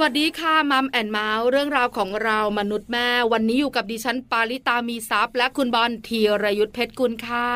สวัสดีค่ะมัมแอนเมาส์เรื่องราวของเรามนุษย์แม่ วันนี้อยู่กับดิฉันปาริตามีซัพ์และคุณบอลธีรยุทธเพชรกุลค่ะ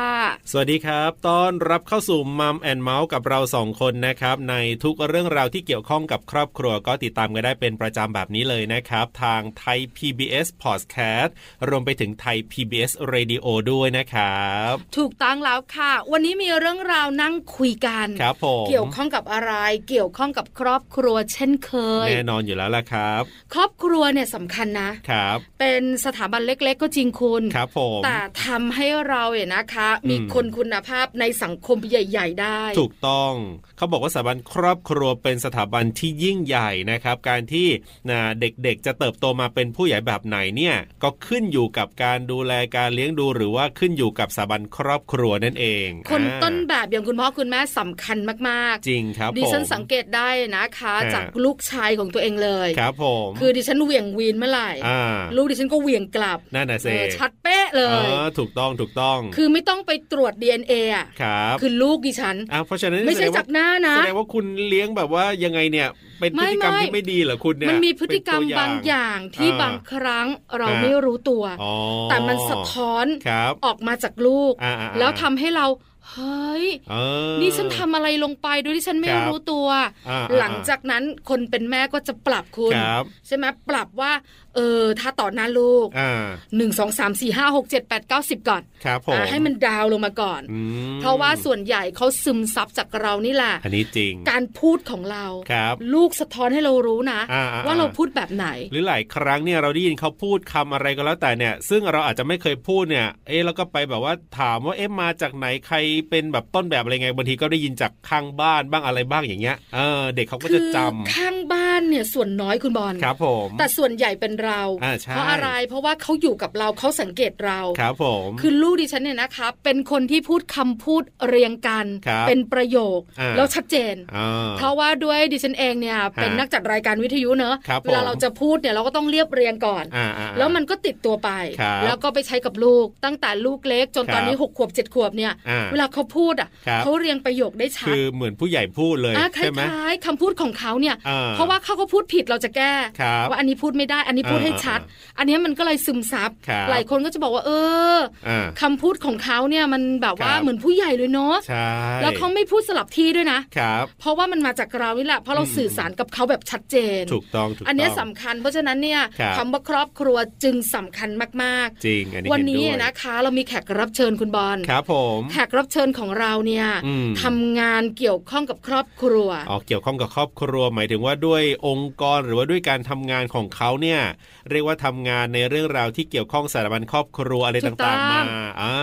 สวัสดีครับ ต้อนรับเข้าสู่มัมแอนเมาส์กับเราสองคนนะครับ ในทุกเรื่องราวที่เกี่ยวข้องกับครอบครัวก็ติดตามกันได้เป็นประจำแบบนี้เลยนะครับ ทางไทย PBS Podcast รวมไปถึงไทย PBS Radio ด้วยนะครับ ถูกต้องแล้วค่ะ วันนี้มีเรื่องราวนั่งคุยกัน ครับผม เกี่ยวข้องกับอะไร เกี่ยวข้องกับครอบครัวเช่นเคย แน่นอนอยู่แล้วล่ะครับ ครอบครัวเนี่ยสำคัญนะ ครับ เป็นสถาบันเล็ก ๆ ก็จริงคุณ ครับผม แต่ทำให้เราเนี่ยนะคะ มี อืม คนคุณภาพในสังคมใหญ่ ๆ ได้ ถูกต้องเขาบอกว่าสถาบันครอบครัวเป็นสถาบันที่ยิ่งใหญ่นะครับ การที่นะเด็กๆ จะเติบโตมาเป็นผู้ใหญ่แบบไหนเนี่ยก็ขึ้นอยู่กับการดูแลการเลี้ยงดูหรือว่าขึ้นอยู่กับสถาบันครอบครัวนั่นเอง คน อ่า ต้นแบบอย่างคุณพ่อคุณแม่สำคัญมาก จริงครับ ๆดิฉัน ผม สังเกตได้นะคะ ฮะ จากลูกชายของตัวเองเลย ครับผม คือดิฉันเหวี่ยงวีนเมื่อไหร่ อ่า ลูกดิฉันก็เหวี่ยงกลับ นั่นน่ะเซ เออชัดเป๊ะเล เอย อถูกต้องถูกต้อง คือไม่ต้องไปตรวจ DNA อ่ะ ครับ คือลูกดิฉัน อ่ะเพราะฉะนั้น ไม่ใช่ แสดงว่ จากหน้านะ แสดงว่าคุณเลี้ยงแบบว่ายังไงเนี่ยเป็นพฤติกรรม ไม่ไม่ ที่ไม่ดีเหรอคุณเนี่ย มันมีพฤติกรรม เป็นตัว บางอย่างที่ อ่า บางครั้งเรา อ่า ไม่รู้ตัว อ๋อ แต่มันสะท้อน ครับ ออกมาจากลูก อ่าๆๆ แล้วทำให้เรา เฮ้ย เออ นี่ฉันทำอะไรลงไปโดยที่ฉันไม่ ครับ รู้ตัว อ่า หลังจากนั้นคนเป็นแม่ก็จะปรับคุณ ครับ ใช่ไหมปรับว่า เออ ถ้าต่อหน้าลูก อ่า หนึ่งสองสามสี่ห้าหกเจ็ดแปดเก้าสิบก่อน ครับผม อ่าให้มันดาวน์ลงมาก่อน อืม เพราะว่าส่วนใหญ่เขาซึมซับจากเรานี่แหละ อันนี้จริง การพูดของเรา ครับ ลูกสะท้อนให้เรารู้นะ อ่าๆๆ ว่าเราพูดแบบไหน หรือหลายครั้งเนี่ยเราได้ยินเขาพูดคำอะไรก็แล้วแต่เนี่ย ซึ่งเราอาจจะไม่เคยพูดเนี่ย เอ๊ะแล้วก็ไปแบบว่าถามว่าเอ๊ะมาจากไหนใครเป็นแบบต้นแบบอะไรไงบางทีก็ได้ยินจากข้างบ้านบ้างอะไรบ้างอย่างเงี้ยเออเด็กเขาก็ คื จะจำ ข้างบ้านเนี่ยส่วนน้อยคุณบอล ครับผม แต่ส่วนใหญ่เป็นเรา อ่าใช่ เพราะอะไรเพราะว่าเขาอยู่กับเราเขาสังเกตเรา ครับผม คือลูกดิฉันเนี่ยนะคะเป็นคนที่พูดคำพูดเรียงกัน ครับ เป็นประโยค อ่า แล้วชัดเจน อ่า เพราะว่าด้วยดิฉันเองเนี่ยเป็นนักจัดรายการวิทยุเนอะ ครับผม เวลาเราจะพูดเนี่ยเราก็ต้องเรียบเรียงก่อน อ่าอ่า แล้วมันก็ติดตัวไป ครับ แล้วก็ไปใช้กับลูก ตั้งแต่ลูกเล็กจน ครับ ตอนนี้หกขวบเจ็ดขวบเนี่ย อ่า เวลาเขาพูดอ่ะ ครับ เขาเรียงประโยคได้ชั คื ด อเหมือนผู้ใหญ่พูดเลย อ่ะคล ใช่ไหม ้ายๆคำพูดของเขาเนี่ย อ่า เพราะว่าเขาก็พูดผิดเราจะแก้ ครับ ว่าอันนี้พูดไม่ได้ อันนี้พูดให้ชัด อ่ อันเนี้ยมันก็เลยซึมซับ ครับ หลายคนก็จะบอกว่า เออ อ่า คำพูดของเขาเนี่ยมันแบบว่า ครับ เหมือนผู้ใหญ่เลยเนาะ ใช่ แล้วเขาไม่พูดสลับที่ด้วยนะ ครับ เพราะว่ามันมาจากเรานี่แหละ เพราะเรา อืม สื่อสารกับเขาแบบชัดเจน ถูกต้องถูกต้อง อันเนี้ยสำคัญ เพราะฉะนั้นเนี่ย ครับ คำว่าครอบครัวจึงสำคัญมาก จริงอันๆนี้วัน เห็ นี้ ด้วย นะคะ เรามีแขกรับเชิญคุณบอล ครับผม แขกรับเชิญของเราเนี่ย อืม ทำงานเกี่ยวข้องกับครอบครัว อ๋อเกี่ยวข้องกับครอบครัวหมายถึงว่าด้วยองค์กรหรือว่าด้วยการทำงานของเขาเนี่ย เรียกว่าทำงานในเรื่องราวที่เกี่ยวข้องสารบัญครอบครัวอะไร ถูกต้ ต่า อง งๆมาอ่า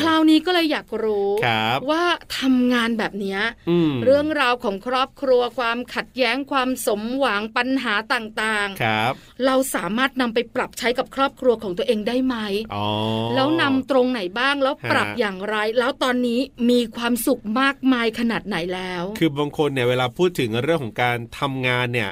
คราวนี้ก็เลยอยากรู้ ครับ ว่าทำงานแบบเนี้ย อืม เรื่องราวของครอบครัวความขัดแย้งความสมหวังปัญหาต่างๆ ครับ เราสามารถนำไปปรับใช้กับครอบครัวของตัวเองได้ไหม อ๋อ แล้วนำตรงไหนบ้างแล้วปรับ ฮะ อย่างไร แล้วตอนนี้มีความสุขมากมายขนาดไหนแล้ว คือบางคนเนี่ยเวลาพูดถึงเรื่องของการทำงานเนี่ย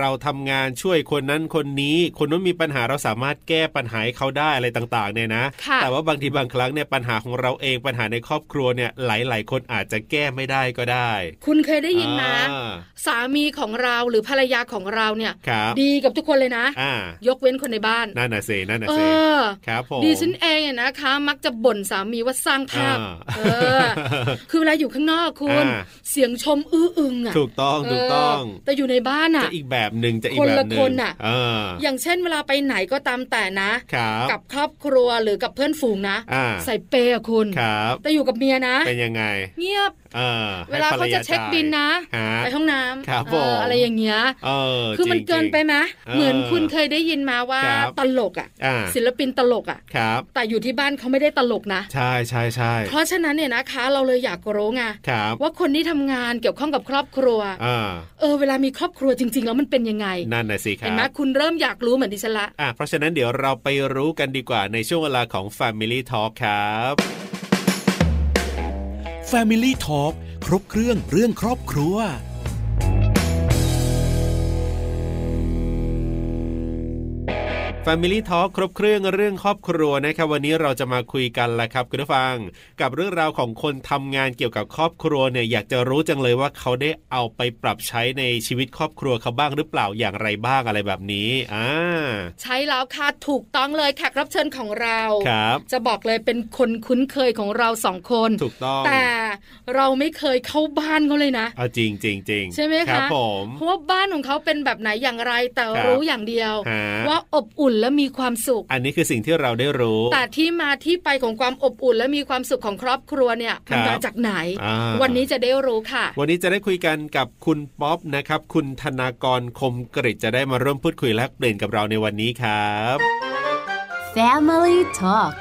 เราทำงานช่วยคนนั้นคนนี้ คนนู้นมีปัญหาเราสามารถแก้ปัญหาให้เขาได้อะไรต่างๆเนี่ยนะ ค่ะ แต่ว่าบางทีบางครั้งเนี่ยปัญหาของเราเองปัญหาในครอบครัวเนี่ยหลาย ๆ คนอาจจะแก้ไม่ได้ก็ได้ คุณเคยได้ยินนะ อ่า สามีของเราหรือภรรยาของเราเนี่ย ครับ ดีกับทุกคนเลยนะ อ่า ยกเว้นคนในบ้าน นั่นน่ะสินั่นน่ะ เอ สิ อ ครับผม ดิฉันเองเนี่ยนะคะ มักจะบ่นสามีว่าสร้างภาพ อ่า เออ คือเวลาอยู่ข้างนอกคุณ อ่า เสียงชมอื้ออึงอ่ะ ถูกต้องถูกต้อง เแต่อยู่ในบ้านอ่ะ จะอีกแบบหนึ่งจะอีก คน แบ ละ บหนึ่ ค ง นน่ะ เออ อย่างเช่นเวลาไปไหนก็ตามแต่นะ ครับ กับครอบครัวหรือกับเพื่อนฝูงนะ อ่า ใส่เปย์อะคุณ ครับ แต่อยู่กับเมียนะ เป็นยังไง เงียบ เออ เวลาเขาจะเช็คบินนะ ไป ไปห้อง ห้องน้ ครับ ำ ผ เออ ม อะไรอย่างเงี้ย เออ คือมัน จริ เกิ งๆ นไปไหม เออ เหมือนคุณเคยได้ยินมาว่า ครับ ตลกอะ อ่า ศิลปินตลกอะ ครับ แต่อยู่ที่บ้านเขาไม่ได้ตลกนะ ใช่ใช่ใช่ เพราะฉะนั้นเนี่ยนะคะ เราเลยอยากรู้ไง ครับ ว่าคนที่ทำงานเกี่ยวข้องกับครอบครัว อ่า เออเวลามีครอบครัวจริง ๆ แล้วมันเป็นยังไง นั่นน่ะสิค เห็ รั นไหม บ คุณเริ่มอยากรู้เหมือนดิฉันละ อ่ะเพราะฉะนั้นเดี๋ยวเราไปรู้กันดีกว่าในช่วงเวลาของ Family Talk ครับ Family Talk ครบเครื่องเรื่องครอบครัว แฟ Family Talk ครบเครื่องเรื่องครอบครัวนะครับวันนี้เราจะมาคุยกันละครับคุณผู้ฟัง กับเรื่องราวของคนทำงานเกี่ยวกับครอบครัวเนี่ยอยากจะรู้จังเลยว่าเขาได้เอาไปปรับใช้ในชีวิตครอบครัวเขาบ้างหรือเปล่าอย่างไรบ้างอะไรแบบนี้อ่า ใช้แล้วค่ะถูกต้องเลยแขกรับเชิญของเรา ครับ จะบอกเลยเป็นคนคุ้นเคยของเราสองคน ถูกต้อง แต่เราไม่เคยเข้าบ้านเขาเลยนะ เอาจริงจริงจริง ใช่ไหมคะ ครับผม เพราะว่าบ้านของเขาเป็นแบบไหนอย่างไรแต่ ครับ รู้อย่างเดียว ฮะ ว่าอบอุ่นและมีความสุข อันนี้คือสิ่งที่เราได้รู้ แต่ที่มาที่ไปของความอบอุ่นและมีความสุขของครอบครัวเนี่ย ครับ มันมาจากไหน อ่า วันนี้จะได้รู้ค่ะ วันนี้จะได้คุยกันกับคุณป๊อปนะครับ คุณธนากรคมกริจจะได้มาร่วมพูดคุยแลกเปลี่ยนกับเราในวันนี้ครับ Family Talk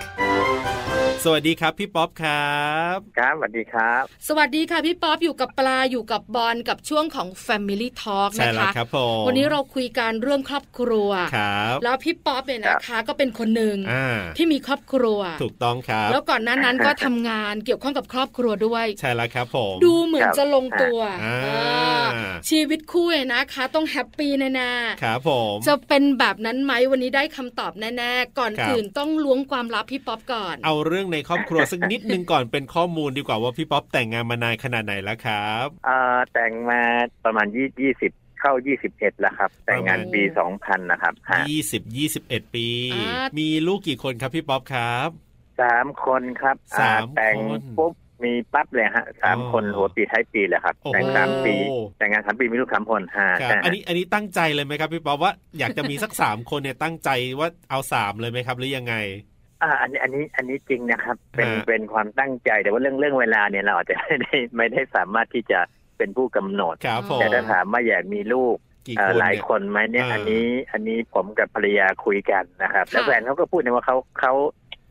สวัสดีครับพี่ป๊อปครับ ครับสวัสดีครับ สวัสดีค่ะพี่ป๊อปอยู่กับปลาอยู่กับบอลกับช่วงของ Family Talk ใช่ นะ แล้ว คะ ครับผม วันนี้เราคุยการเรื่องครอบครัว ครับ แล้วพี่ป๊อปเนี่ยนะคะก็เป็นคนหนึ่ง อ่า ที่มีครอบครัว ถูกต้องครับ แล้วก่อนหน้านั้นก็ทำงานเกี่ยวข้องกับครอบครัวด้วย ใช่แล้วครับผม ดูเหมือนจะลงตัว อ่า อ่าชีวิตคู่เนี่ยนะคะ ต้องแฮปปี้แน่ๆ ครับผม จะเป็นแบบนั้นไหมวันนี้ได้คำตอบแน่ๆ ก่อน ครับ อื่นต้องล้วงความลับพี่ป๊อปก่อน เอาเรื่องในครอบครัวสักนิดนึงก่อนเป็นข้อมูลดีกว่าว่าพี่ป๊อปแต่งงานมานานขนาดไหนแล้วครับ เอ่อแต่งมาประมาณยี่ยี่สิบเข้ายี่สิบเอ็ดแล้วครับ แต่งงานปี ประมาณ สองพันนะครับฮะ 20 21 ปี อ่ามี มีลูกกี่คนครับพี่ป๊อปครับ สามคนครับอ่ สามคน แต่งปุ๊บมีปั๊บเลยฮะสาม อ๋อ คนหัวปีท้ายปีเลยครับ โอ้โห แต่งสามปี แต่งงานสามปีมีลูกสามคนฮะ ครับ อันนี้อันนี้ตั้งใจเลยไหมครับพี่ป๊อปว่าอยากจะมีสัก สามคนเนี่ยตั้งใจว่าเอาสามเลยไหมครับ หรือยังไง อ่าอันนี้อันนี้อันนี้จริงนะครับ เป็น ฮะ เป็นความตั้งใจแต่ว่าเรื่องเรื่องเวลาเนี่ยเราอาจจะไม่ได้ไม่ได้สามารถที่จะเป็นผู้กำหนด ครับผม แต่ถ้าถามว่าอยากมีลูก กี่ เอ่อ คน หลาย เนี่ คนไหมเนี่ย อ่า อันนี้อันนี้ผมกับภรรยาคุยกันนะครับ แล้ว ค่ะ แฟนเขาก็พูดนะว่าเขาเขา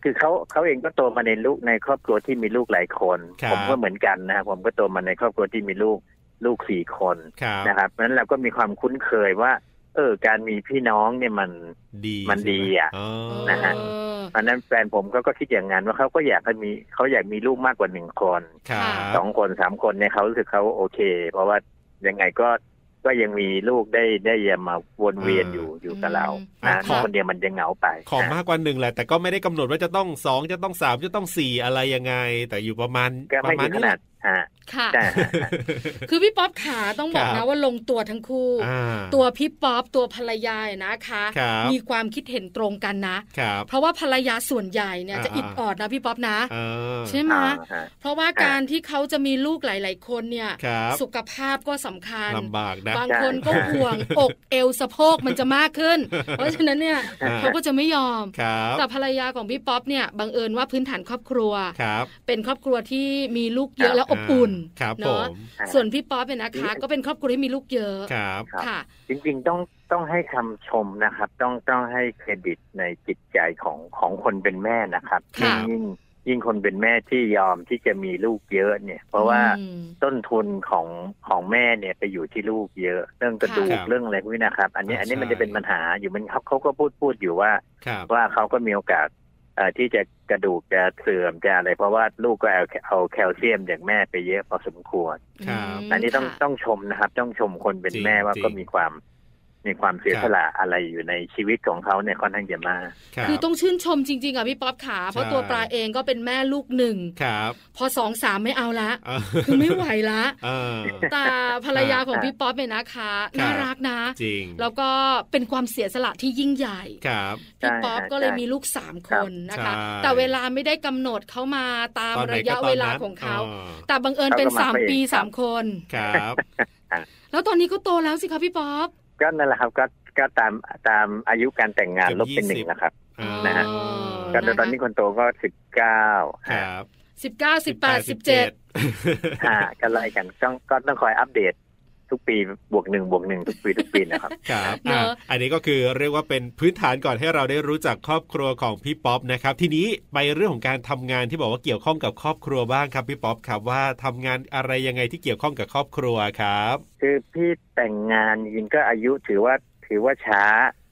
คือเขาเขาเองก็โตมาในลูกในครอบครัวที่มีลูกหลายคน ครับ ผมก็เหมือนกันนะครับผมก็โตมาในครอบครัวที่มีลูกลูกสี่คน ครับ นะครับเพราะฉะนั้นเราก็มีความคุ้นเคยว่า เออการมีพี่น้องเนี่ยมัน ดี มันดีอ่ะ ใช่ไหม นะ ฮะ เออ อันนั้นแฟนผมก็ก็คิดอย่างนั้นว่าเขาก็อยากให้มีเขาอยากมีลูกมากกว่าหนึ่งคน ครั ครับ ส บ องคนสามคนเนี่ยเขารู้สึกเขาโอเค เพราะว่ายังไงก็ก็ยังมีลูกได้ได้ยามาวนเวียนอยู่อยู่กับเรา อ่า นะ ขอ คนเดียวมันจะเหงาไป ขอมากกว่าหนึ่งแหละแต่ก็ไม่ได้กำหนดว่าจะต้องสองจะต้องสามจะต้องสี่อะไรยังไง แต่อยู่ประมาณ ก็ ป ไม่ ระมาณ ถึงข นี้ นาดฮะ ค่ะ ใช่ฮะ คือพี่ป๊อปขาต้องบอก ครั นะ บ ว่าลงตัวทั้งคู่ อ่า ตัวพี่ป๊อปตัวภรรยาเนี่ยนะคะ ครับ มีความคิดเห็นตรงกันนะ ครับ เพราะว่าภรรยาส่วนใหญ่เนี่ย อ่า จะอิดออดนะพี่ป๊อปนะ อ่า ใช่ไหม อ่าฮะ เพราะว่าการที่เขาจะมีลูกหลาย ๆ คนเนี่ย ครับ สุขภาพก็สำคัญ ลำบากนะ บางคนก็ห่วงอ กเอวสะโพกมันจะมากขึ้น เพราะฉะนั้นเนี่ย อ่า เขาก็จะไม่ยอม ครับ แต่ภรรยาของพี่ป๊อปเนี่ยบังเอิญว่าพื้นฐานครอบครัว ครับ เป็นครอบครัวที่มีลูกเยอะและอบอุ่น ครับผ เนาะ ม ส่วนพี่ป๊อปเนี่ยนะคะ ก็เป็นครอบครัวที่มีลูกเยอะ ครับ ครับ ค่ะ จริงๆต้องต้องให้คำชมนะครับ ต้องต้องให้เครดิตในจิตใจของของคนเป็นแม่นะครับ ค่ะ ยิ่งยิ่งคนเป็นแม่ที่ยอมที่จะมีลูกเยอะเนี่ย เพราะว่า อืม ต้นทุนของของแม่เนี่ยไปอยู่ที่ลูกเยอะ เรื่องกระดู ค ก รับ เรื่องอะไรพวกนี้นะครับ อันนี้ อ่า อันนี้ ใช่ มันจะเป็นปัญหาอยู่มันเขาเขาก็พูดพูดอยู่ว่า ครับ ว่าเขาก็มีโอกาสเอ่อที่จะกระดูกจะเสื่อมจะอะไร เพราะว่าลูกก็เอาเอาแคลเซียมจากแม่ไปเยอะพอสมควร ครับ อันนี้ต้อง ค่ะ ต้องชมนะครับ ต้องชมคนเป็น จริง แม่ว่า จริง ก็มีความมีความเสีย ครับ สละอะไรอยู่ในชีวิตของเขาเนี่ยค่อนข้างจะมาก ครับ คือต้องชื่นชมจริงๆอ่ะพี่ป๊อปขาเพราะ ใช่ ตัวปลาเองก็เป็นแม่ลูกหนึ่ง ครับ พอสองสามไม่เอาละ เออ คือไม่ไหวละ เออ แต่ภรรยาของ อ่า พี่ป๊อปเนี่ยนะคะ ครับ น่ารักนะ จริง แล้วก็เป็นความเสียสละที่ยิ่งใหญ่ ครับ พี่ ใช่ ป๊อป ฮะ ก็เลย ใช่ มีลูกสามคนนะคะ ใช่ แต่เวลาไม่ได้กำหนดเขามาตาม ตอนไหน ระ ก็ ยะ ตอน เว นั้น ลาของเขา ออ แต่บังเอิญเป็น เขาก็มา สาม ไปเอง ปี ครับ สามคน ครับ แล้วตอนนี้ก็โตแล้วสิคะพี่ป๊อป ก็นั่นแหละครับก็ก็ตามตามอายุการแต่งงาน เกือบ ลบเป็นหนึ่ง 20 นะครับ อ่า นะฮะ ก็ ก็ตอนนี้คนโตก็สิบเก้า ครับ สิบเก้าสิบแปดสิบเจ็ด อ่าก็ไล่กันต้องก็ต้องคอยอัปเดตทุกปีบวกหนึ่งบวกหนึ่งทุกปีทุกปี นะครับ ครับอ่ะอันนี้ก็คือเรียกว่าเป็นพื้นฐานก่อนให้เราได้รู้จักครอบครัวของพี่ป๊อปนะครับ ทีนี้ไปเรื่องของการทำงานที่บอกว่าเกี่ยวข้องกับครอบครัวบ้างครับพี่ป๊อปครับว่าทำงานอะไรยังไงที่เกี่ยวข้องกับครอบครัวครับ คือพี่แต่งงานจริงๆก็อายุถือว่าถือว่าช้า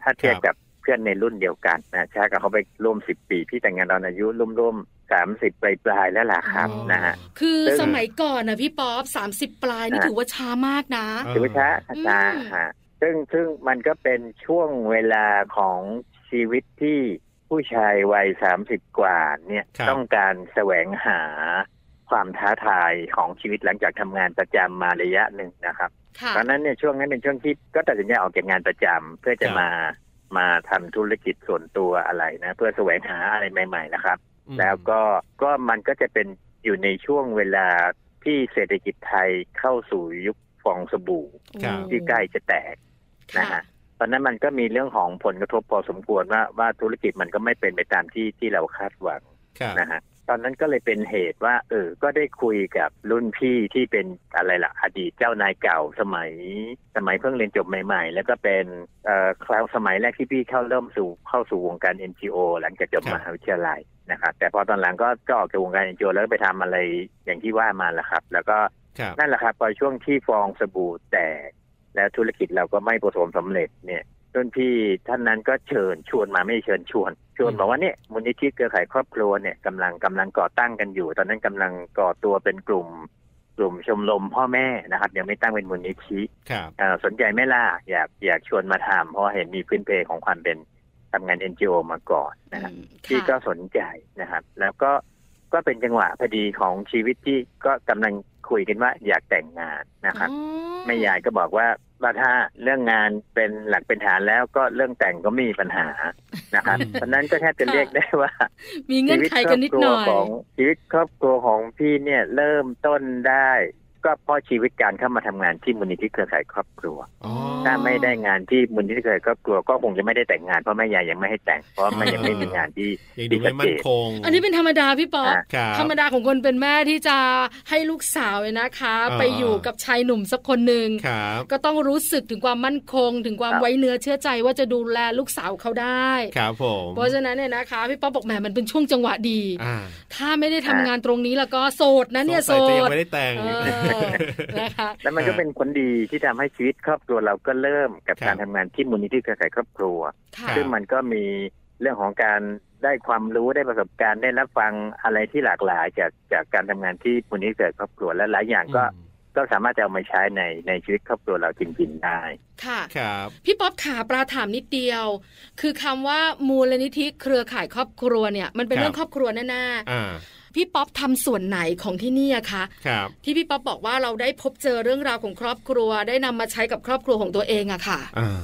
ถ้าเทียบ ครับ กับเพื่อนในรุ่นเดียวกันนะช้ากับเขาไปร่วมสิบปี พี่แต่งงานตอนอายุร่วมๆสามสิบปลายๆแล้วล่ะครับ อ๋อ นะฮะ คือ ซึ่ง สมัยก่อนนะพี่ป๊อปสามสิบปลายนี่ อ่า ถือว่าช้ามากนะ เออ ถือว่าช้า อืม ช้าฮะซึ่งซึ่งมันก็เป็นช่วงเวลาของช ชีวิตที่ผู้ชายวัยสามสิบกว่าเนี่ย ครับ ต้องการแสวงหาความท้าทายของชีวิตหลังจากทำงานประจำมาระยะหนึ่งนะครับ ค่ะ เพราะฉะนั้นเนี่ยช่วงนั้นเป็นช่วงที่ก็ตัดสินใจออกจากงานประจำเพื่อจะ ครับ มามาทำธุรกิจส่วนตัวอะไรนะ เพื่อแสวงหาอะไรใหม่ ๆ นะครับ อืม แล้วก็ก็มันก็จะเป็นอยู่ในช่วงเวลาที่เศรษฐกิจไทยเข้าสู่ยุคฟองสบู่ ครับ ที่ใกล้จะแตก ค่ นะฮะ ตอนนั้นมันก็มีเรื่องของผลกระทบพอสมควรว่าว่าธุรกิจมันก็ไม่เป็นไปตามที่ที่เราคาดหวัง ครับ นะฮะตอนนั้นก็เลยเป็นเหตุว่า เออ ก็ได้คุยกับรุ่นพี่ที่เป็นอะไรล่ะ อดีตเจ้านายเก่าสมัย สมัยเพิ่งเรียนจบใหม่ ๆ แล้วก็เป็นเอ่อคราวสมัยแรกที่พี่เข้าเริ่มสู่เข้าสู่วงการ NGO หลังจากจบ ครับ มหาวิทยาลัยนะครับแต่พอตอนหลังก็ก็ออกจากวงการ NGO แล้วก็ไปทำอะไรอย่างที่ว่ามาแหละครับ แล้วก็ ครับ นั่นแหละครับพอช่วงที่ฟองสบู่แตกแล้วธุรกิจเราก็ไม่ประสบสำเร็จเนี่ยรุ่นพี่ท่านนั้นก็เชิญชวนมาไม่ได้เชิญชวน ชวน อืม บอกว่าเนี่ยมูลนิธิเครือข่ายครอบครัวเนี่ยกำลังกำลังก่อตั้งกันอยู่ ตอนนั้นกำลังก่อตัวเป็นกลุ่ม กลุ่มชมรมพ่อแม่นะครับยังไม่ตั้งเป็นมูลนิธิ ครับ เอ่อสนใจไหม่ล่ะอยากอยากชวนมาทำเพราะเห็นมีพื้นเพของความเป็นทำงาน NGO มาก่อนนะฮะ อืม ที่ก็ ค่ะ สนใจนะครับ แล้วก็ก็เป็นจังหวะพอดีของชีวิตที่ก็กำลังคุยกันว่าอยากแต่งงานนะครับ อ๋อ แม่ยายก็บอกว่าว่าถ้าเรื่องงานเป็นหลักเป็นฐานแล้วก็เรื่องแต่งก็ไมมีปัญหานะครับ อืม เพราะฉะนั้นก็แทบจะเรียกได้ว่า มีเงื่อนไขกันนิดหน่อย ของชีวิตครอบครัวของพี่เนี่ยเริ่มต้นได้ ก็เพราะชีวิตการเข้ามาทำงานที่มูลนิธิเครือข่ายครอบครัว อ๋อ ถ้าไม่ได้งานที่มูลนิธิเครือข่ายครอบครัวก็คงจะไม่ได้แต่งงานเพราะแม่ยายยังไม่ให้แต่งเพราะแม่ยังไม่มีงานที่ ยังดูไม่มั่นคง อันนี้เป็นธรรมดาพี่ป๊อป อ่ะ ครั ธรรม บ ดาของคนเป็นแม่ที่จะให้ลูกสาวเนี่ยนะคะ อ่า ไปอยู่กับชายหนุ่มสักคนหนึ่ง ครับ ก็ต้องรู้สึกถึงความมั่นคง ถึงความ ครับ ไว้เนื้อเชื่อใจว่าจะดูแลลูกสาวเขาได้ ครับผม เพราะฉะนั้นเนี่ยนะคะพี่ป๊อปบอกแหมมันเป็นช่วงจังหวะดี อ่า ถ้าไม่ได้ทำงานตรงนี้แล้วก็โสดนะเนี่ย ส โส งสัยจะยั ด งไม่ได้แต่ง เออนะคะ แล้วมันก็ ฮะ เป็นผลดีที่ทำให้ชีวิตครอบครัวเราก็เริ่มกับ ครับ การทำงานที่มูลนิธิเครือข่ายครอบครัว ค่ะ รั ซึ่ง บ มันก็มีเรื่องของการได้ความรู้ได้ประสบการณ์ได้รับฟังอะไรที่หลากหลายจากจากการทำงานที่มูลนิธิเครือข่ายครอบครัวและหลายอย่างก็ อืม ก็สามารถจะเอามาใช้ในในชีวิตครอบครัวเราจริงๆได้ ค่ะ ครับ พี่ป๊อปขาปลาถามนิดเดียว คือคำว่ามูลนิธิเครือข่ายครอบครัวเนี่ย มันเป็น ครับ เรื่องครอบครัวแน่ อ่า ๆพี่ป๊อปทำส่วนไหนของที่นี่อะคะ ครับ ที่พี่ป๊อปบอกว่าเราได้พบเจอเรื่องราวของครอบครัว ได้นำมาใช้กับครอบครัวของตัวเองอะค่ะ อ่า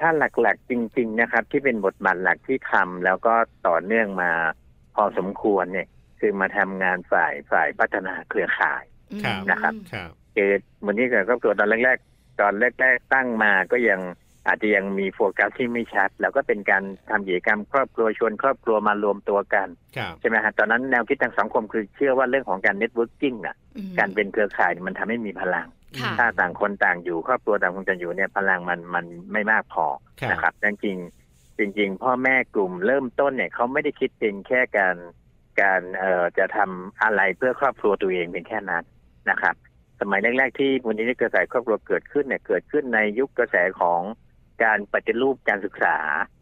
ถ้าหลักๆจริง ๆนะครับ ที่เป็นบทบาทหลักที่ทำแล้วก็ต่อเนื่องมาพอสมควรเนี่ยคือมาทำงานฝ่ายฝ่ายพัฒนาเครือข่าย ครับ นะครับ ครับ คือมูลนิธิเครือข่ายครอบครัวตอนแรกๆ ตอนแรกๆตั้งมาก็ยังอาจจะยังมีโฟกัสที่ไม่ชัด แล้วก็เป็นการทำกิจกรรมครอบครัวชวนครอบครัวมารวมตัวกัน ครับ ใช่ไหมฮะตอนนั้นแนวคิดทางสังคมคือเชื่อว่าเรื่องของการเน็ตเวิร์กิ่งน่ะ อืม การเป็นเครือข่ายเนี่ยมันทำให้มีพลัง ค่ะ ถ้าต่างคนต่างอยู่ครอบครัวต่างคนต่างอยู่เนี่ยพลังมันมันไม่มากพอ ครับ นะครับดังจริงจริง ๆ พ่อแม่กลุ่มเริ่มต้นเนี่ยเขาไม่ได้คิดเพียงแค่การการเอ่อจะทำอะไรเพื่อครอบครัวตัวเองเพียงแค่นั้นนะครับ สมัยแรกๆที่มูลนิธิเครือข่ายครอบครัวเกิดขึ้นเนี่ยเกิดขึ้นในยุคกระแสของการปฏิรูปการศึกษา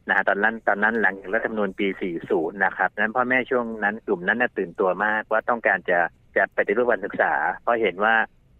นะฮะตอนนั้นตอนนั้นหลังจากรัฐธรรมนูญปี 40 นะครับนั้นพ่อแม่ช่วงนั้นกลุ่มนั้นน่ะตื่นตัวมากว่าต้องการจะจะปฏิรูปการศึกษา เพราะเห็นว่า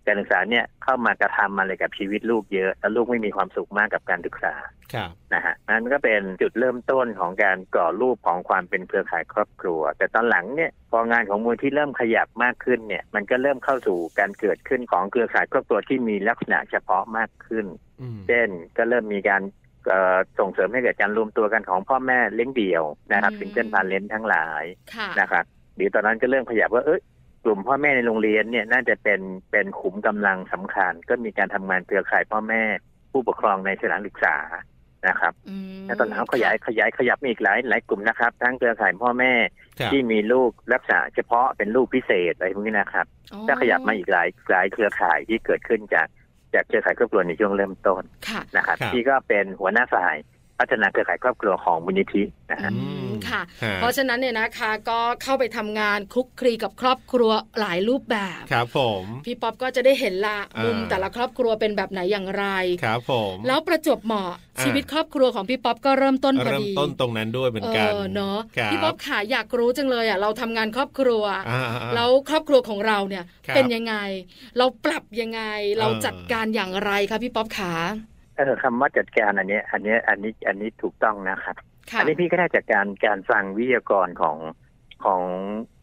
การศึกษาเนี่ยเข้ามากระทำอะไรกับชีวิตลูกเยอะ แล้วลูกไม่มีความสุขมากกับการศึกษา ครับ นะฮะนั่นก็เป็นจุดเริ่มต้นของการก่อรูปของความเป็นเครือข่ายครอบครัว แต่ตอนหลังเนี่ยพองานของมูลที่เริ่มขยับมากขึ้นเนี่ยมันก็เริ่มเข้าสู่การเกิดขึ้นของเครือข่ายครอบครัวที่มีลักษณะเฉพาะมากขึ้น อืม เช่นก็เริ่มมีการเอ่อส่งเสริมให้เกิดการรวมตัวกันของพ่อแม่เลี้ยงเดี่ยวนะครับ อืม ซิงเกิลพาเลนทั้งหลาย ค่ะ นะครับหรือตอนนั้นก็เริ่มขยับว่าเอ้ยกลุ่มพ่อแม่ในโรงเรียนเนี่ยน่าจะเป็นเป็นขุมกำลังสำคัญ ก็มีการทำงานเครือข่ายพ่อแม่ ผู้ปกครองในสถานศึกษานะครับ อืม และตอนหลังขยายขยายขยับมาอีกหลายหลายกลุ่มนะครับ ทั้งเครือข่ายพ่อแม่ ครับ ที่มีลูกรักษาเฉพาะเป็นลูกพิเศษอะไรพวกนี้นะครับ อ๋อ ถ้าขยับมาอีกหลายหลายเครือข่ายที่เกิดขึ้นจากจากเครือข่ายครอบครัวในช่วงเริ่มต้น ค่ะ นะครับ ครับ ที่ก็เป็นหัวหน้าฝ่ายพัฒนาเครือข่ายครอบครัวของมูลนิธินะฮะ อืมค่ะ ฮะ เพราะฉะนั้นเนี่ยนะคะก็เข้าไปทำงานคลุกคลีกับครอบครัวหลายรูปแบบ ครับผม พี่ป๊อปก็จะได้เห็นละ อ่ามุ มุมแต่ละครอบครัวเป็นแบบไหนอย่างไร ครับผม แล้วประจวบเหมาะ อ่า ชีวิตครอบครัวของพี่ป๊อปก็เริ่มต้นพอ เริ่ม ดี ต้นตรงนั้นด้วยเหมือนกัน เออเนาะ ครับ พี่ป๊อปขาอยากรู้จังเลยอ่ะเราทำงานครอบครัว อ่าอ่าอ่า แล้วครอบครัวของเราเนี่ย ครับ เป็นยังไง เราปรับยังไง เรา เออ จัดการอย่างไรคะพี่ป๊อปขา เออคำว่าจัดการอันเนี้ยอันเนี้ยอันนี้อันนี้ถูกต้องนะครับ ค่ะ อันนี้พี่ก็ได้จากการการฟังวิทยากรของของ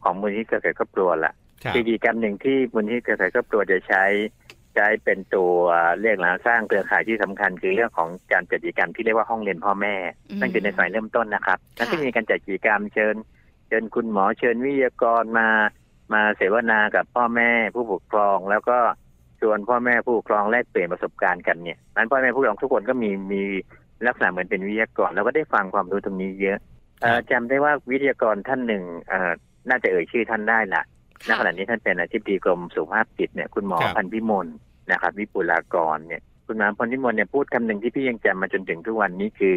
ของมูลนิธิเครือข่ายครอบครัวละ ครับ กิจกรรมหนึ่งที่มูลนิธิเครือข่ายครอบครัวจะใช้ใช้เป็นตัวเรียกแล้วสร้างเครือข่ายที่สำคัญ คือเรื่องของการจัดกิจกรรมที่เรียกว่าห้องเรียนพ่อแม่ อืม นั่นคือในสมัยเริ่มต้นนะครับ ค่ะ แล้วก็มีการจัดกิจกรรมเชิญ เชิญคุณหมอเชิญวิทยากรมา มาเสวนากับพ่อแม่ผู้ปกครอง แล้วก็ชวนพ่อแม่ผู้ปกครองแลกเปลี่ยนประสบการณ์กันเนี่ยนั้นพ่อแม่ผู้ปกครองทุกคนก็มีมีลักษณะเหมือนเป็นวิทยากร แล้วก็ได้ฟังความรู้ตรงนี้เยอะเอ่อจำได้ว่าวิทยากรท่านหนึ่งเอ่อน่าจะเอ่ยชื่อท่านได้ละณ ค่ะ ขณะนี้ท่านเป็นอธิบดีกรมสุขภาพจิตเนี่ยคุณหมอ ครับ พันธุ์พิมลนะครับ วิปุลากรเนี่ยคุณหมอพันธุ์พิมลเนี่ยพูดคำหนึ่งที่พี่ยังจำมาจนถึงทุกวันนี้คือ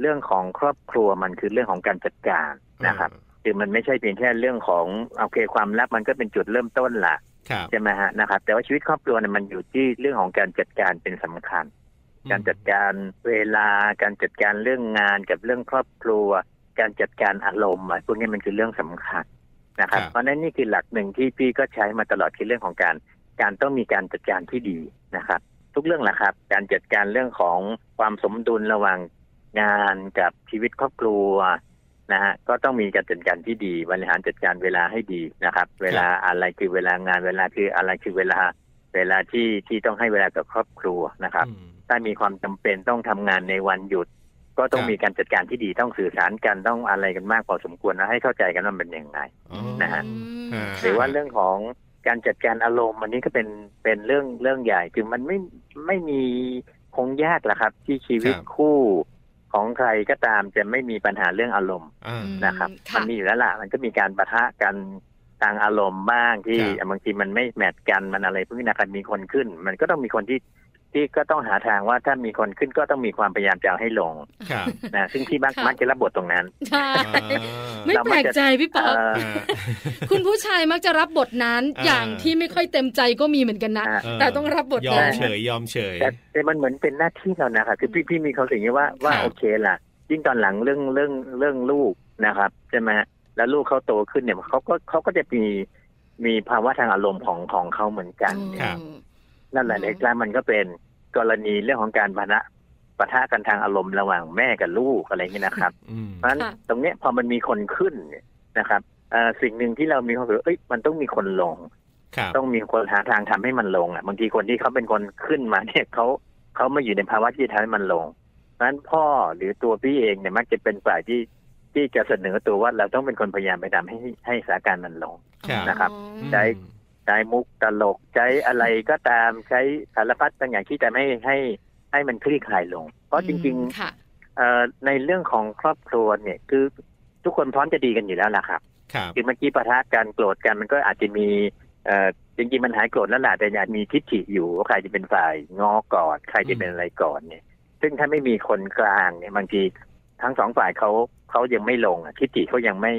เรื่องของครอบครัวมันคือเรื่องของการจัดการนะครับ คือมันไม่ใช่เพียงแค่เรื่องของโอเคความรักมันก็เป็นจุดเริ่มต้นล่ะ ครับ ใช่ไหมฮะนะครับ แต่ว่าชีวิตครอบครัวเนี่ยมันอยู่ที่เรื่องของการจัดการเป็นสำคัญ การจัดการเวลาการจัดการเรื่องงานกับเรื่องครอบครัว การจัดการอารมณ์อะพวกนี้มันคือเรื่องสำคัญนะครับ ครับ เพราะฉะนั้นนี่คือหลักหนึ่งที่พี่ก็ใช้มาตลอดคือเรื่องของการ การต้องมีการจัดการที่ดีนะครับ ทุกเรื่องแหละครับ การจัดการเรื่องของความสมดุลระหว่างงานกับชีวิตครอบครัวนะฮะก็ต้องมีการจัดการที่ดีบริหารจัดการเวลาให้ดีนะครับ เวลาอะไรคือเวลางานเวลาคืออะไรคือเวลา เวลาที่ที่ต้องให้เวลากับครอบครัวนะครับ อืม ถ้ามีความจำเป็นต้องทำงานในวันหยุด ก็ต้อง ครับ มีการจัดการที่ดีต้องสื่อสารกันต้องอะไรกันมากพอสมควรนะให้เข้าใจกันว่ามันเป็นยังไง อ๋อ นะฮะ อืม ค่ะ หรือว่าเรื่องของการจัดการอารมณ์อันนี้ก็เป็นเป็นเรื่องเรื่องใหญ่คือมันไม่ไม่มีคงยากละครับ ที่ชีวิต ครับ คู่ของใครก็ตามจะไม่มีปัญหาเรื่องอารมณ์ อ่า นะครับ ค่ะ มันมีอยู่แล้วล่ะมันก็มีการปะทะกันทางอารมณ์บ้างที่ ครับ บางทีมันไม่แมทกันมันอะไรพวกนี้นะครับมีคนขึ้น มันก็ต้องมีคนที่ที่ก็ต้องหาทางว่าถ้ามีคนขึ้นก็ต้องมีความพยายามจะเอาให้ลง ครับ นะซึ่งที่มัก ค่ะ มักจะรับบทตรงนั้น ใช่ อ่า ไม่แปลกใจพี่ป๊อปเอ่อ อ่า คุณผู้ชายมักจะรับบทนั้น อ่า อย่างที่ไม่ค่อยเต็มใจก็มีเหมือนกันนะ อ่า แต่ต้องรับบท ยอม นั้น เฉยยอมเฉย แต่แต่มันเหมือนเป็นหน้าที่เรานะครับคือพี่พี่มีความรู้สึกอย่างนี้ว่าว่า ครับ โอเคล่ะยิ่งตอนหลังเรื่องเรื่องเรื่องลูกนะครับใช่ไหมฮะแล้วลูกเขาโตขึ้นเนี่ยเขาก็เขาก็จะมีมีภาวะทางอารมณ์ของของเขาเหมือนกัน ครับ นั่นแหละ อืม ในกลางมันก็เป็นกรณีเรื่องของการปะทะปะทะกันทางอารมณ์ระหว่างแม่กับลูกอะไรอย่างนี้ยนะครับ อืม เพราะฉะนั้น ค่ะ ตรงเนี้ยพอมันมีคนขึ้นเนี่ยนะครับเอ่อสิ่งหนึ่งที่เรามีความรู้สึกเอ้ยมันต้องมีคนลง ครับ ต้องมีคนหาทางทำให้มันลงอ่ะบางทีคนที่เขาเป็นคนขึ้นมาเนี่ยเขาเขาไม่อยู่ในภาวะที่จะทำให้มันลงเพราะฉะนั้นพ่อหรือตัวพี่เองเนี่ยมักจะเป็นฝ่ายที่ที่จะเสนอตัวว่าเราต้องเป็นคนพยายามไปทำให้ให้สถานการณ์มันลง ครับ นะครับ อืม ใจ ใช้มุกตลกใช้อะไรก็ตามใช้สารพัดต่างอย่างที่จะไม่ให้ให้มันคลี่คลายลง เพราะจริง ๆค่ะ ๆเอ่อในเรื่องของครอบครัวเนี่ยคือทุกคนพร้อมจะดีกันอยู่แล้วล่ะครับ ครับ คือเมื่อกี้ปะทะกันโกรธกันมันก็อาจจะมีเอ่อจริงๆมันหายโกรธแล้วแหละแต่อาจมีทิฏฐิอยู่ว่าใครจะเป็นฝ่ายงอก่อน ใครจะเป็นอะไรก่อนเนี่ย ซึ่งถ้าไม่มีคนกลางเนี่ยบางทีทั้งสองฝ่ายเขาเขายังไม่ลงอะทิฏฐิเขายังไม่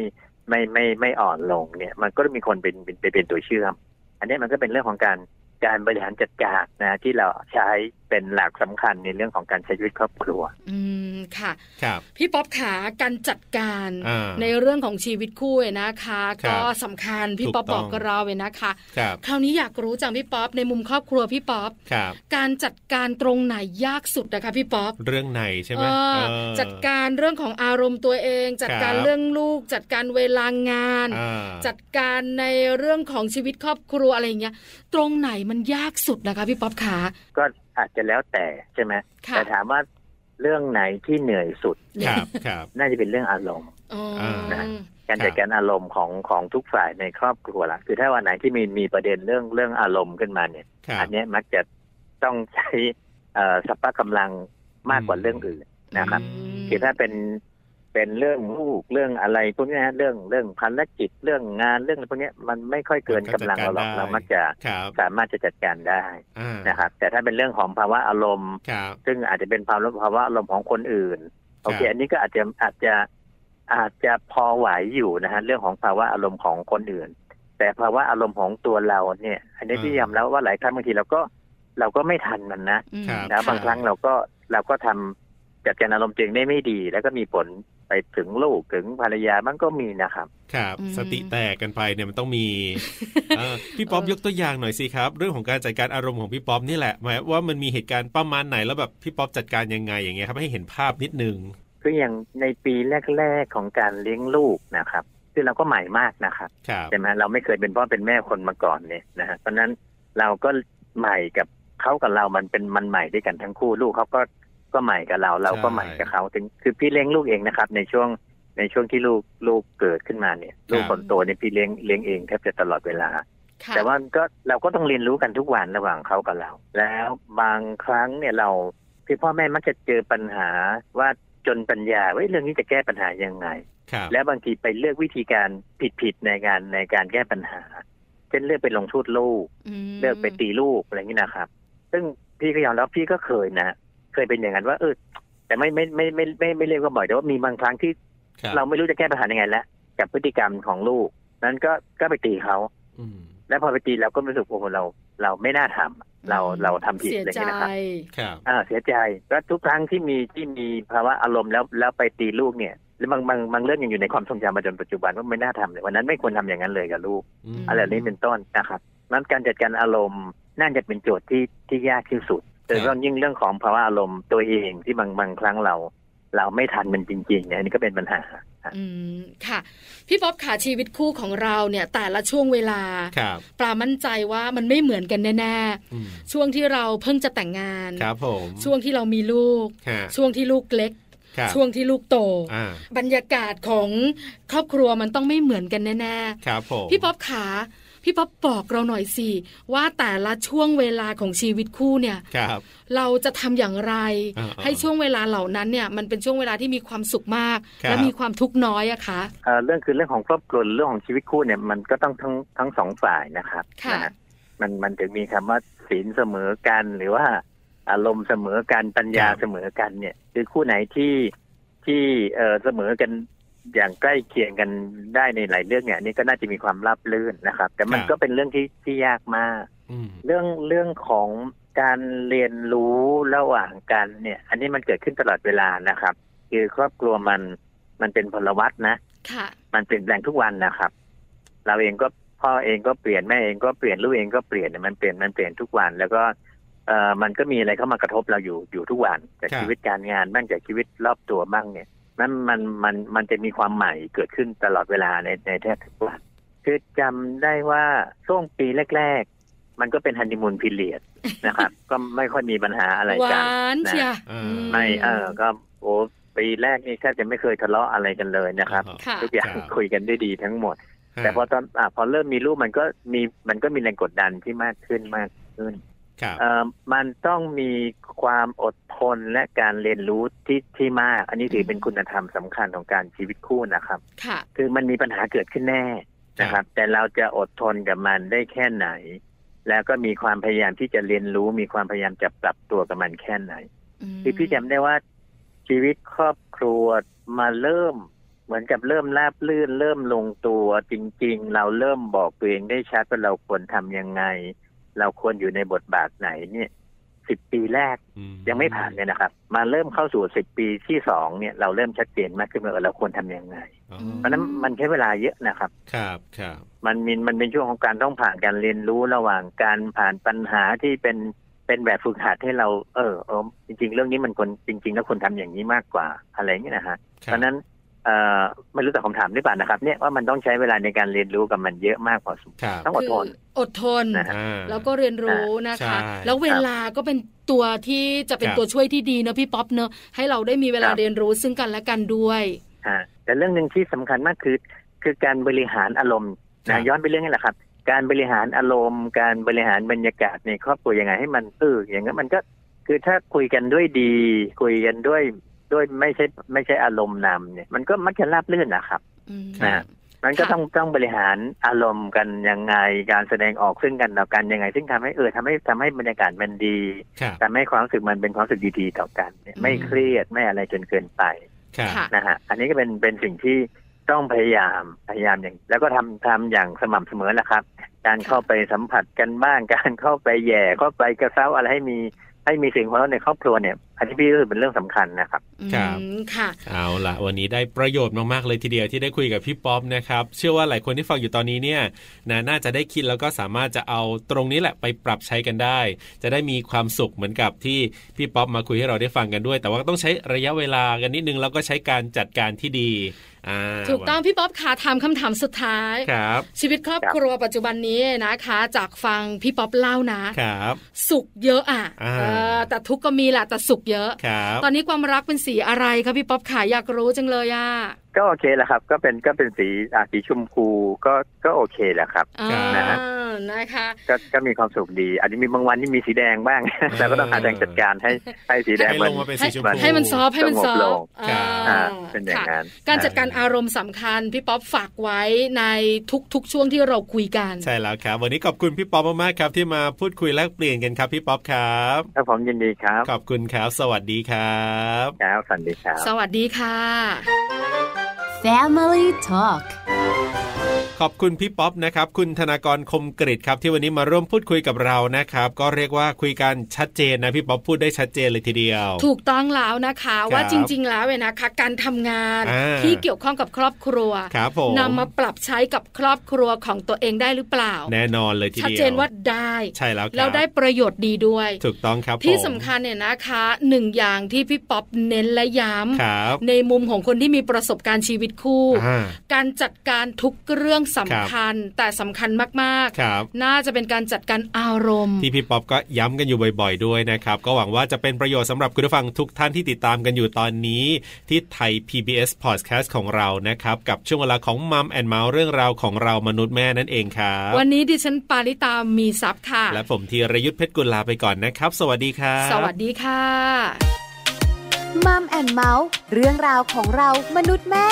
ไม่ไม่ไม่อ่อนลงเนี่ย มันก็มีคนเป็นเป็นเป็นตัวเชื่อม อันนี้มันก็เป็นเรื่องของการการบริหารจัดการนะที่เราใช้เป็นหลักสำคัญในเรื่องของการใช้ชีวิตครอบครัว อืมค่ะ ครับ พี่ป๊อปขาการจัดการ อ่า ในเรื่องของชีวิตคู่เนี่ยนะคะ ครับ ก็สำคัญพี่ ถูก ป๊อปบต้อ อง กกับเราเลยนะคะ ครับ คราวนี้อยากรู้จากพี่ป๊อปในมุมครอบครัวพี่ป๊อป ครับ การจัดการตรงไหนยากสุดนะคะพี่ป๊อป เรื่องในใช่ไหม เออ เออ จัดการเรื่องของอารมณ์ตัวเอง จัดการ ครับ เรื่องลูก จัดการเวลางาน อ่า จัดการในเรื่องของชีวิตครอบครัวอะไรอย่างเงี้ยตรงไหนมันยากสุดนะคะพี่ป๊อปขา ก็อาจจะแล้วแต่ใช่ไหม ค่ะ แต่ถามว่าเรื่องไหนที่เหนื่อยสุดคเนี่ย รับครับ น่าจะเป็นเรื่องอารมณ์ อ๋อ อ่า การจัดการอารมณ์ของของทุกฝ่ายในครอบครัวละคือถ้าวันไหนที่มีมีประเด็นเรื่องเรื่องอารมณ์ขึ้นมาเนี่ย ครับ อันเนี้ยมักจะต้องใช้เอ่อสัพพะกำลังมากกว่าเรื่องอื่นนะครับ อืม คือถ้าเป็นเป็นเรื่องลูกเรื่องอะไรพวกเนี้ยฮะเรื่องเรื่องภารกิจเรื่องงานเรื่องอะไรพวกเนี้ยมันไม่ค่อยเกินกำลังเราหรอกเรามักจะ ครับ สามารถจะจัดการได้ อ่า นะครับ แต่ถ้าเป็นเรื่องของภาวะอารมณ์ ครับ ซึ่งอาจจะเป็นภาวะภาวะอารมณ์ของคนอื่น โอเค รั อั บ นนี้ก็อาจจะอาจจะอาจจะพอไหวอยู่นะฮะเรื่องของภาวะอารมณ์ของคนอื่น แต่ภาวะอารมณ์ของตัวเราเนี่ย อันนี้พี่ยอมแล้วว่าหลายครั้งบางทีเราก็เราก็ไม่ทันมันนะ อืม ครับ นะบาง ะ ครั้งเราก็เราก็ทำจัดการอารมณ์ตัวเองได้ไม่ดี แล้วก็มีผลไปถึงลูกถึงภรรยามันก็มีนะครับ ครับ อืม สติแตกกันไปเนี่ยมันต้อง มีเออพี่ป๊อป เออ ยกตัวอย่างหน่อยสิครับ เรื่องของการจัดการอารมณ์ของพี่ป๊อปนี่แหละหมายว่ามันมีเหตุการณ์ประมาณไหนแล้วแบบพี่ป๊อปจัดการยังไงอย่างเงี้ยครับให้เห็นภาพนิดนึง คืออย่างในปีแรก ๆของการเลี้ยงลูกนะครับคือเราก็ใหม่มากนะครับ ครับ ใช่ไหมเราไม่เคยเป็นพ่อเป็นแม่คนมาก่อนเนี่ยนะฮะเพราะฉะนั้นเราก็ใหม่กับเขากับเรามันเป็นมันใหม่ด้วยกันทั้งคู่ลูกเขาก็ก็ใหม่กับเรา เราก็ใหม่กับเขาถึงคือพี่เลี้ยงลูกเองนะครับ ในช่วงในช่วงที่ลูกลูกเกิดขึ้นมาเนี่ย ลูกคนโตเนี่ยพี่เลี้ยงเลี้ยงเองแทบจะตลอดเวลา ค่ะ แต่ว่าก็เราก็ต้องเรียนรู้กันทุกวันระหว่างเขากับเรา แล้วบางครั้งเนี่ยเราพี่พ่อแม่มักจะเจอปัญหาว่าจนปัญญาว่าเรื่องนี้จะแก้ปัญหายังไง ครับ และบางทีไปเลือกวิธีการผิดๆในการในการแก้ปัญหา เช่นเลือกไปลงโทษลูก ม เลือกไปตีลูกอะไรอย่างนี้นะครับ ซึ่งพี่ก็ยอมรับพี่ก็เคยนะ เคยเป็นอย่างนั้นว่าเออแต่ไม่ไม่ไม่ไม่ไม่ไม่เรียกว่าบ่อยแต่ว่ามีบางครั้งที่ ครับ เราไม่รู้จะแก้ปัญหายังไงแล้วกับพฤติกรรมของลูก นั้นก็ก็ไปตีเขา อืม แล้วพอไปตีเราก็รู้สึกโอ้โหเรา เราไม่น่าทำเราเราทำผิดอะไรอย่างเงี้ยนะครับ เสียใจ ครับ อ่าเสียใจแล้วทุกครั้งที่มีที่มีภาวะอารมณ์แล้วแล้วไปตีลูกเนี่ยแล้วบางบางบางเรื่องยังอยู่ในความทรงจำมาจนปัจจุบันว่าไม่น่าทำเลยวันนั้นไม่ควรทำอย่างนั้นเลยกับลูก ม อะไรแบบนี้เป็นต้นนะครับนั้นการจัดการอารมณ์น่าจะเป็นโจทย์ที่ที่ยากที่สุดโดยเฉพาะยิ่งเรื่องของภาวะอารมณ์ตัวเองที่บางบางครั้งเรา เราไม่ทันมันจริงๆเนี่ยอันนี้ก็เป็นปัญหา อืมค่ะ พี่ป๊อบขาชีวิตคู่ของเราเนี่ยแต่ละช่วงเวลา ครับ ปลามั่นใจว่ามันไม่เหมือนกันแน่ อืม ๆช่วงที่เราเพิ่งจะแต่งงาน ครับผม ช่วงที่เรามีลูก ฮะ ช่วงที่ลูกเล็ก ครับ ช่วงที่ลูกโต อ่า บรรยากาศของครอบครัวมันต้องไม่เหมือนกันแน่ ครับผม ๆพี่ป๊อบขาพี่ป๊อบบอกเราหน่อยสิว่าแต่ละช่วงเวลาของชีวิตคู่เนี่ย ครับ เราจะทำอย่างไร อ่าๆ ให้ช่วงเวลาเหล่านั้นเนี่ย มันเป็นช่วงเวลาที่มีความสุขมาก ครับ และมีความทุกข์น้อยอะคะ เอ่อเรื่องคือเรื่องของครอบครัวเรื่องของชีวิตคู่เนี่ยมันก็ต้องทั้งทั้งสองฝ่ายนะครับ ค่ะ นะฮะมันมันถึงมีคำว่าศีลเสมอกันหรือว่าอารมณ์เสมอกันปัญญา ครับ เสมอกันเนี่ยคือคู่ไหนที่ที่เอ่อเสมอกันอย่างใกล้เคียงกันได้ในหลายเรื่องเนี่ยอันนี่ก็น่าจะมีความรับลื่นนะครับ แต่มัน ครับ ก็เป็นเรื่องที่ที่ยากมาก อืม เรื่องเรื่องของการเรียนรู้ระหว่างกันเนี่ย อันนี้มันเกิดขึ้นตลอดเวลานะครับ คือครอบครัวมันมันเป็นพลวัตนะ ค่ะ มันเปลี่ยนแปลงทุกวันนะครับ เราเองก็พ่อเองก็เปลี่ยนแม่เองก็เปลี่ยนลูกเองก็เปลี่ยนเนี่ยมันเปลี่ยนมันเปลี่ยนทุกวัน แล้วก็เอ่อมันก็มีอะไรเข้ามากระทบเราอยู่อยู่ทุกวันจากชีวิตการงานบ้างจากชีวิตรอบตัวบ้างเนี่ยนั้นมันมันมันจะมีความใหม่เกิดขึ้นตลอดเวลาในในแทบทุกวันคือจำได้ว่าช่วงปีแรก ๆ มันก็เป็นฮันนีมูนพิเรียดนะครับ ก็ไม่ค่อยมีปัญหาอะไร ห กัน วานเชีย ะ ร์ อ่า อื ไม่เออก็โอ้ปีแรกนี่แทบจะไม่เคยทะเลาะอะไรกันเลยนะครับ ค่ะ ทุกอย่าง ครับ คุยกันด้วยดีทั้งหมด ฮะ แต่พอตอนอะพอเริ่มมีลูกมันก็มีมันก็มีแรงกดดันที่มากขึ้นมากขึ้น ครับ เอ่อมันต้องมีความอดทนและการเรียนรู้ที่ที่มาก อันนี้ถือเป็นคุณธรรมสำคัญของการชีวิตคู่นะครับ ค่ะ คือมันมีปัญหาเกิดขึ้นแน่นะครับ แต่เราจะอดทนกับมันได้แค่ไหน แล้วก็มีความพยายามที่จะเรียนรู้ มีความพยายามจะปรับตัวกับมันแค่ไหน คือพี่จำได้ว่าชีวิตครอบครัวมาเริ่ม เหมือนกับเริ่มราบลื่น เริ่มลงตัวจริง ๆ เราเริ่มบอกตัวเองได้ชัดว่าเราควรทำยังไง เราควรอยู่ในบทบาทไหนเนี่ยสิบปีแรก อื ยังไม่ผ่านเนี่ยนะครับ มาเริ่มเข้าสู่สิบปีที่สองเนี่ยเราเริ่มชัดเจนมากขึ้นว่าเออเราควรทำยังไง อ๋อ เพราะฉะนั้นมันใช้เวลาเยอะนะครับ ครับครับ มันมีมันเป็นช่วงของการต้องผ่านการเรียนรู้ระหว่างการผ่านปัญหาที่เป็นเป็นแบบฝึกหัดให้เราเออเออจริง ๆ เรื่องนี้มันคนจริง ๆ แล้วคนทำอย่างนี้มากกว่าอะไรอย่างเงี้ยนะฮะ ค เพ บ ราะฉะนั้นเอ่อไม่รู้แต่คำถามหรือเปล่านะครับ เนี่ยว่ามันต้องใช้เวลาในการเรียนรู้กับมันเยอะมากพอสมควร ครับ ต้องอดทน คืออดทน นะฮะ อ่า แล้วก็เรียนรู้นะคะ ใช่ แล้วเวลาก็เป็นตัวที่จะเป็น ครับ ตัวช่วยที่ดีเนอะพี่ป๊อปเนอะให้เราได้มีเวลา ครับ เรียนรู้ซึ่งกันและกันด้วย ฮะแต่เรื่องหนึ่งที่สำคัญมากคือ คือการบริหารอารมณ์ ครั นะ บ ย้อนไปเรื่องนี้แหละครับ การบริหารอารมณ์ การบริหารบรรยากาศในครอบครัวยังไงให้มันเอออย่างนั้นมันก็คือถ้าคุยกันด้วยดี คุยกันด้วยด้วยไม่ใช่ไม่ใช่อารมณ์นำเนี่ยมันก็มักจะราบรื่นนะครับ อืม นะ มันก็ ค่ะ ต้องต้องบริหารอารมณ์กันยังไง การแสดงออกซึ่งกันต่อกันยังไง ซึ่งทำให้เออทำให้ทำให้บรรยากาศมันดี ครับ ทำให้ความรู้สึกมันเป็นความรู้สึกดีๆต่อกันเนี่ยไม่เครียดไม่อะไรจนเกินไป ครับ ค่ะ นะฮะอันนี้ก็เป็นเป็นสิ่งที่ต้องพยายามพยายามอย่าง แล้วก็ทำทำอย่างสม่ำเสมอแหละครับ การเข้าไปสัม ผัสกันบ้าง การเข้าไปแหย่เข้าไปกระเซ้าอะไรให้มีให้มีเสิ่งหัวเราะในครอบครัวเนี่ย อันนี้พี่รู้สึกเป็นเรื่องสำคัญนะครับ ครับ อืมค่ะ เอาละวันนี้ได้ประโยชน์มาก ๆ เลยทีเดียวที่ได้คุยกับพี่ป๊อปนะครับ เชื่อว่าหลายคนที่ฟังอยู่ตอนนี้เนี่ยนะน่าจะได้คิดแล้วก็สามารถจะเอาตรงนี้แหละไปปรับใช้กันได้ จะได้มีความสุขเหมือนกับที่พี่ป๊อปมาคุยให้เราได้ฟังกันด้วย แต่ว่าก็ต้องใช้ระยะเวลากันนิดนึงแล้วก็ใช้การจัดการที่ดีอ่า ถูกต้องพี่ป๊อบค่ะถามคำถามสุดท้าย ครับ ชีวิตครอบ ครับ ครัวปัจจุบันนี้นะคะ จากฟังพี่ป๊อบเล่านะ ครับ สุขเยอะอ่ะ อ่า เออแต่ทุกข์ก็มีแหละแต่สุขเยอะ ครับ ตอนนี้ความรักเป็นสีอะไรคะพี่ป๊อบขาอยากรู้จังเลยอ่ะ ก็โอเคแหละครับ ก็เป็นก็เป็นสีอ่ะสีชมพูก็ก็โอเคแหละครับ อ่า ครับ นะคะ ก็ก็มีความสุขดีอาจจะมีบางวันที่มีสีแดงบ้าง แต่ก็ต้องหาทางจัดการให้ให้สีแดง ให้ มั ล น งมาเป็นสีชมพู ให้มันซอฟต์ให้มันซอฟ สงบล ต์ ง อ่า อ่าเป็นอย่าง ค่ะ นั้น การจัดการอารมณ์สำคัญ พี่ป๊อบฝากไว้ในทุกๆช่วงที่เราคุยกัน ใช่แล้วครับ วันนี้ขอบคุณพี่ป๊อปมากๆครับ ที่มาพูดคุยแลกเปลี่ยนกันครับพี่ป๊อปครับ ถ้าผมยินดีครับ ขอบคุณครับสวัสดีครับ ครับสวัสดีครับ สวัสดีค่ะ Family Talk ขอบคุณพี่ป๊อปนะครับ คุณธนากรคมกริตครับ ที่วันนี้มาร่วมพูดคุยกับเรานะครับ ก็เรียกว่าคุยกันชัดเจนนะพี่ป๊อปพูดได้ชัดเจนเลยทีเดียว ถูกต้องแล้วนะคะว่าจริง ๆ แล้วเนี่ยนะคะ การทำงาน อ่า ที่เกี่ยวข้องกับครอบครัว ครับผม นำมาปรับใช้กับครอบครัวของตัวเองได้หรือเปล่า แน่นอนเลยทีเดีชัยวดเจนว่าได้ ใช่แล้วครับ แล้วได้ประโยชน์ดีด้วย ถูกต้องครับ ที่ ผม สำคัญเนี่ยนะคะหนึ่งอย่างที่พี่ป๊อปเน้นและย้ำ ครับ ในมุมของคนที่มีประสบการณ์ชีวิตคู่ อ่า การจัดการทุกเรื่องสำคัญ แต่สำคัญมาก ครับ ๆ น่าจะเป็นการจัดการอารมณ์ ที่พี่ป๊อปก็ย้ำกันอยู่บ่อย ๆ ด้วยนะครับ ก็หวังว่าจะเป็นประโยชน์สำหรับคุณผู้ฟังทุกท่านที่ติดตามกันอยู่ตอนนี้ ที่ไทย PBS Podcast ของเรานะครับ กับช่วงเวลาของมัมแอนเมาส์เรื่องราวของเรามนุษย์แม่นั่นเองครับ วันนี้ดิฉันปาริตามีซับค่ะ และผมธีรยุทธเพชรกุลลาไปก่อนนะครับ สวัสดีครับ สวัสดีค่ะ มัมแอนเมาส์เรื่องราวของเรามนุษย์แม่